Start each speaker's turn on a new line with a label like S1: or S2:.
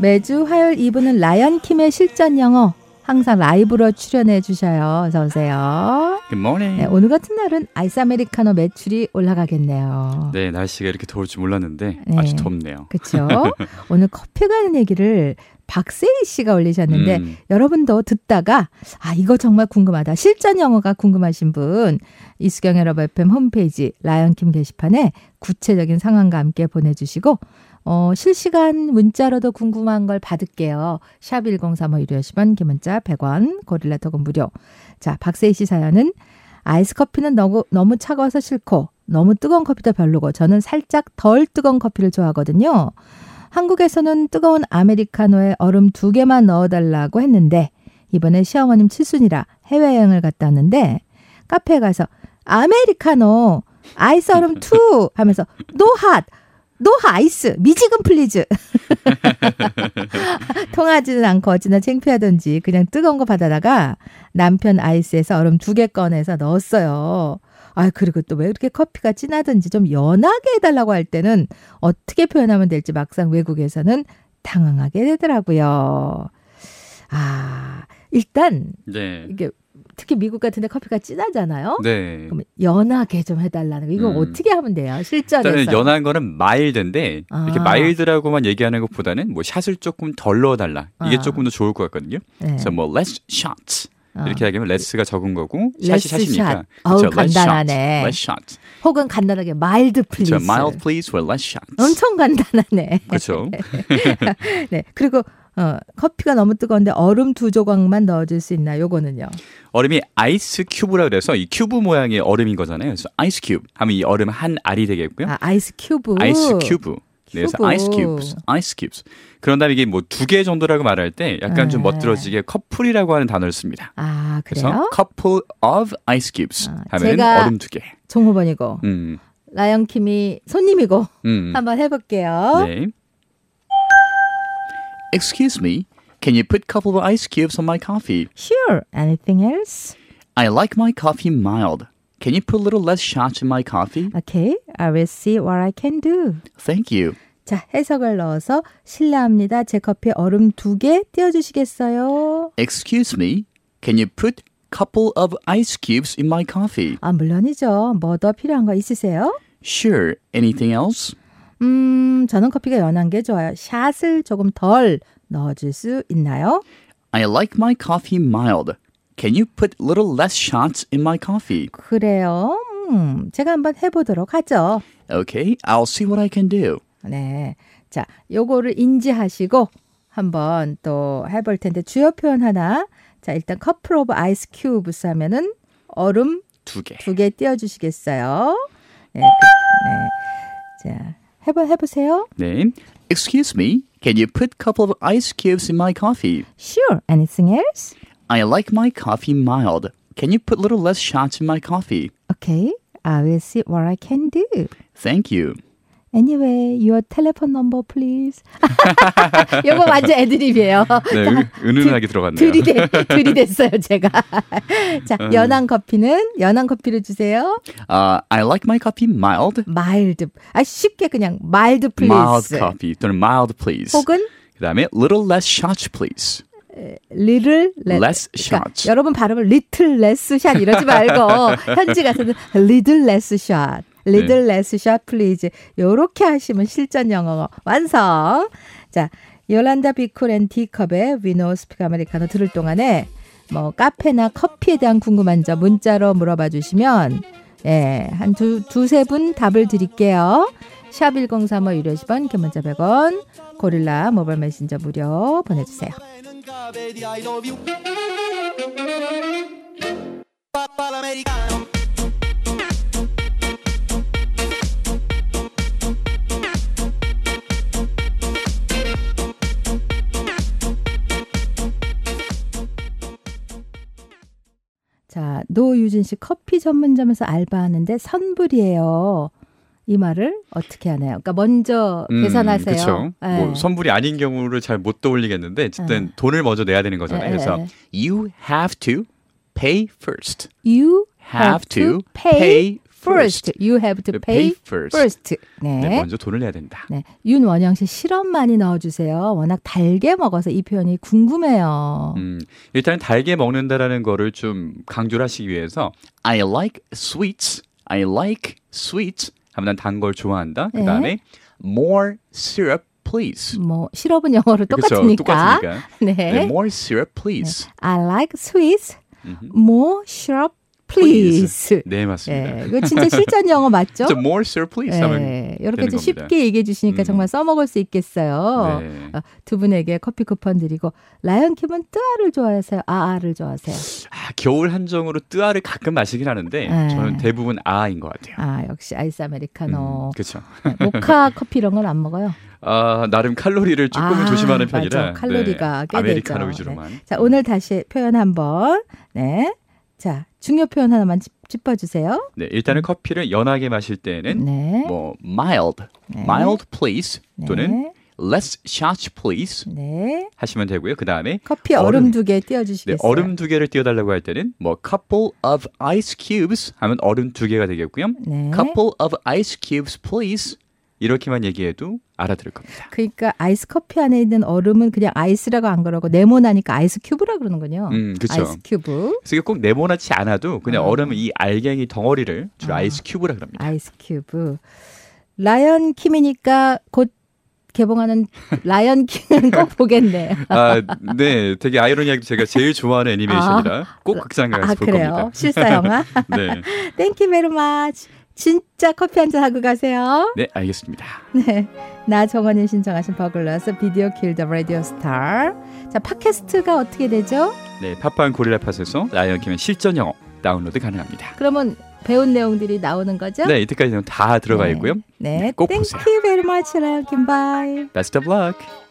S1: 매주 화요일 2부는 라이언킴의 실전 영어 항상 라이브로 출연해 주셔요. 어서 오세요.
S2: Good morning.
S1: 네, 오늘 같은 날은 아이스 아메리카노 매출이 올라가겠네요.
S2: 네, 날씨가 이렇게 더울 줄 몰랐는데
S1: 네.
S2: 아주 덥네요.
S1: 그렇죠? 오늘 커피 가는 얘기를 박세희 씨가 올리셨는데
S2: 음,
S1: 여러분도 듣다가 아 이거 정말 궁금하다 실전 영어가 궁금하신 분 이수경 여러분 FM 홈페이지 라이언킴 게시판에 구체적인 상황과 함께 보내주시고 어, 실시간 문자로도 궁금한 걸 받을게요. 샵 1035 유료 10원 기문자 100원 고릴라 톡은 무료 자 박세희 씨 사연은 아이스 커피는 너무, 너무 차가워서 싫고 너무 뜨거운 커피도 별로고 저는 살짝 덜 뜨거운 커피를 좋아하거든요. 한국에서는 뜨거운 아메리카노에 얼음 두 개만 넣어달라고 했는데 이번에 시어머님 칠순이라 해외여행을 갔다 왔는데 카페에 가서 아메리카노 아이스 얼음 투 하면서 노핫 노하 아이스 미지근 플리즈 통하지는 않고 어찌나 창피하던지 그냥 뜨거운 거 받아다가 남편 아이스에서 얼음 두 개 꺼내서 넣었어요. 아 그리고 또 왜 이렇게 커피가 진하든지 좀 연하게 해달라고 할 때는 어떻게 표현하면 될지 막상 외국에서는 당황하게 되더라고요. 아, 일단
S2: 네.
S1: 이게 특히 미국 같은 데 커피가 진하잖아요.
S2: 네.
S1: 그럼 연하게 좀 해달라는 거. 이거
S2: 음.
S1: 어떻게 하면 돼요? 실전에서.
S2: 일단은 연한 거는 마일드인데 이렇게
S1: 아.
S2: 마일드라고만 얘기하는 것보다는 뭐 샷을 조금 덜 넣어달라 이게
S1: 아.
S2: 조금 더 좋을 것 같거든요.
S1: 네.
S2: 그래서 뭐 less shot
S1: 어.
S2: 이렇게 하면 less가 적은 거고 샷이
S1: less
S2: 샷이니까
S1: shot. 어우,
S2: 그쵸, less shot,
S1: 간단하네.
S2: less shot
S1: 혹은 간단하게 마일드 플리즈.
S2: 그렇죠. mild please or less shot
S1: 엄청 간단하네.
S2: 그렇죠.
S1: 네. 그리고 어, 커피가 너무 뜨거운데 얼음 두 조각만 넣어줄 수 있나? 요거는요.
S2: 얼음이 아이스 큐브라 그래서 이 큐브 모양의 얼음인 거잖아요. 그래서 아이스 큐브 하면 이 얼음 한 알이 되겠고요.
S1: 아, 아이스 큐브.
S2: 아이스 큐브. 네, 그래서
S1: 큐브.
S2: 아이스 큐브스, 아이스 큐브스. 그런 다음에 이게 뭐 두 개 정도라고 말할 때 약간 좀
S1: 아.
S2: 멋들어지게 커플이라고 하는 단어를 씁니다.
S1: 아,
S2: 그래서
S1: 그래요?
S2: couple of ice cubes
S1: 아,
S2: 하면
S1: 제가-
S2: 얼음 두 개.
S1: 종호번이고
S2: 음,
S1: 라이언킴이 손님이고
S2: 음.
S1: 한번 해볼게요.
S2: 네. Excuse me, can you put couple of ice cubes on my coffee?
S1: Sure. Anything else?
S2: I like my coffee mild. Can you put a little less shots in my coffee?
S1: Okay. I will see what I can do.
S2: Thank you.
S1: 자, 해석을 넣어서 실례합니다. 제 커피에 얼음 두 개 띄워주시겠어요?
S2: Excuse me, can you put couple of ice cubes in my coffee?
S1: 아, 물론이죠. 뭐 더 필요한 거 있으세요?
S2: Sure. Anything else?
S1: 음, 저는 커피가 연한 게 좋아요. 샷을 조금 덜 넣어줄 수 있나요?
S2: I like my coffee mild. Can you put little less shots in my coffee?
S1: 그래요. 음, 제가 한번 해보도록 하죠.
S2: Okay, I'll see what I can do.
S1: 네. 자, 요거를 인지하시고 한번 또 해볼 텐데 주요 표현 하나. 자, 일단 커플 오브 아이스 큐브스 하면은 얼음
S2: 두 개.
S1: 두 개 띄워주시겠어요? 네. 그- 네. 자, 해봐, 해보세요.
S2: 네. Excuse me, can you put couple of ice cubes in my coffee?
S1: Sure. Anything else?
S2: I like my coffee mild. Can you put little less shots in my coffee?
S1: Okay. I will see what I can do.
S2: Thank you.
S1: Anyway, your telephone number, please. 요거 완전 애드립이에요.
S2: 네, 은- 은은하게 들어갔네요.
S1: 들이대, 들이댔어요, 제가. 자, 연한 커피는? 연한 커피를 주세요.
S2: Uh, I like my coffee mild.
S1: 마일드. 아, 쉽게 그냥 마일드
S2: Mild
S1: 플리즈.
S2: coffee 또는 mild please.
S1: 혹은
S2: 그다음에 little less shots please.
S1: little 그러니까
S2: Less shots.
S1: 여러분 발음을 little less shot 이러지 말고 현지 가서는 little less shot, little
S2: 네.
S1: less shot please 요렇게 하시면 실전 영어 완성. 자, 요란다 비쿨 앤 디컵의 위노 스피크 아메리카노 들을 동안에 뭐 카페나 커피에 대한 궁금한 점 문자로 물어봐 주시면 예, 한 두, 두세 분 답을 드릴게요. 샵 1035 유료 10원, 개문자 100원, 고릴라 모바일 메신저 무료 보내주세요.
S3: I love you. Papa l'americano.
S1: 자, 노유진 씨 커피 전문점에서 알바하는데 선불이에요. 이 말을 어떻게 하나요? 그러니까 먼저 계산하세요.
S2: 그렇죠.
S1: 예.
S2: 뭐 선불이 아닌 경우를 잘 못 떠올리겠는데 어쨌든
S1: 네.
S2: 돈을 먼저 내야 되는 거잖아요.
S1: 예,
S2: 그래서
S1: 예,
S2: you have to pay first.
S1: you
S2: Have to
S1: pay,
S2: pay 네,
S1: first. You have to pay,
S2: first.
S1: first. 네.
S2: 네, 먼저 돈을 내야 된다.
S1: 네. 윤원영 씨 실험 많이 넣어주세요. 워낙 달게 먹어서 이 표현이 궁금해요.
S2: 음, 일단 달게 먹는다라는 거를 좀 강조를 하시기 위해서 I like sweets. I like sweets. 하면 난 단 걸 좋아한다.
S1: 네.
S2: 그다음에 more syrup please.
S1: 뭐 시럽은 영어로
S2: 그렇죠.
S1: 똑같으니까.
S2: 똑같으니까.
S1: 네.
S2: 네, more syrup please.
S1: I like sweets.
S2: 음흠.
S1: More syrup, please.
S2: 네, 맞습니다.
S1: 예, 이거 진짜 실전 영어 맞죠?
S2: 저 more syrup please 하면 네.
S1: 예, 이렇게 좀
S2: 되는 겁니다.
S1: 쉽게 얘기해 주시니까
S2: 음.
S1: 정말 써먹을 수 있겠어요.
S2: 네.
S1: 어, 두 분에게 커피 쿠폰 드리고 라이언킴은 뜨아를 좋아하세요? 아아를 좋아하세요?
S2: 아, 겨울 한정으로 뜨아를 가끔 마시긴 하는데
S1: 네.
S2: 저는 대부분 아인 것 같아요.
S1: 아 역시 아이스 아메리카노,
S2: 그렇죠.
S1: 네, 모카 커피 이런 건 안 먹어요.
S2: 아, 나름 칼로리를 조금은
S1: 아,
S2: 조심하는
S1: 맞아.
S2: 편이라 네.
S1: 칼로리가 꽤
S2: 아메리카노
S1: 되죠. 네.
S2: 위주로만.
S1: 자 오늘 다시 표현 한번 네, 자 중요 표현 하나만 짚, 짚어주세요.
S2: 네, 일단은 커피를 연하게 마실 때에는
S1: 음. 네,
S2: 뭐 mild,
S1: 네.
S2: mild please
S1: 네,
S2: 또는 less shot please
S1: 네
S2: 하시면 되고요. 그 다음에
S1: 커피 얼음,
S2: 얼음.
S1: 두
S2: 네,
S1: 개 띄워주시겠어요?
S2: 얼음 두 개를 띄워달라고 할 때는 뭐 couple of ice cubes 하면 얼음 두 개가 되겠고요.
S1: 네.
S2: couple of ice cubes please 이렇게만 얘기해도 알아들을 겁니다.
S1: 그러니까 아이스 커피 안에 있는 얼음은 그냥 아이스라고 안 그러고 네모나니까 아이스 큐브라 그러는군요.
S2: 음, 그렇죠.
S1: 아이스 큐브,
S2: 그래서 이게 꼭 네모나지 않아도 그냥
S1: 아.
S2: 얼음은 이 알갱이 덩어리를 주로
S1: 아.
S2: 아이스 큐브라 그럽니다.
S1: 아이스 큐브. 라이언 킴이니까 곧 개봉하는 라이언 킹은 꼭 보겠네요.
S2: 아, 네, 되게 아이러니하게 제가 제일 좋아하는 애니메이션이라 꼭 극장 가서
S1: 아
S2: 볼
S1: 그래요?
S2: 겁니다.
S1: 실사 영화.
S2: 네,
S1: 땡큐 베리 마치. 진짜 커피 한 잔 하고 가세요.
S2: 네, 알겠습니다.
S1: 네. 나 정원님 신청하신 버글러스 비디오 킬더 라디오 스타. 자, 팟캐스트가 어떻게 되죠?
S2: 네, 팝빵 고릴라 팟에서 라이언 킴의 실전 영어 다운로드 가능합니다.
S1: 그러면 배운 내용들이 나오는 거죠?
S2: 네, 이때까지 는다 들어가 있고요.
S1: 네,
S2: 꼭
S1: Thank
S2: 보세요.
S1: you very much, 라이언 김바이.
S2: Best of luck.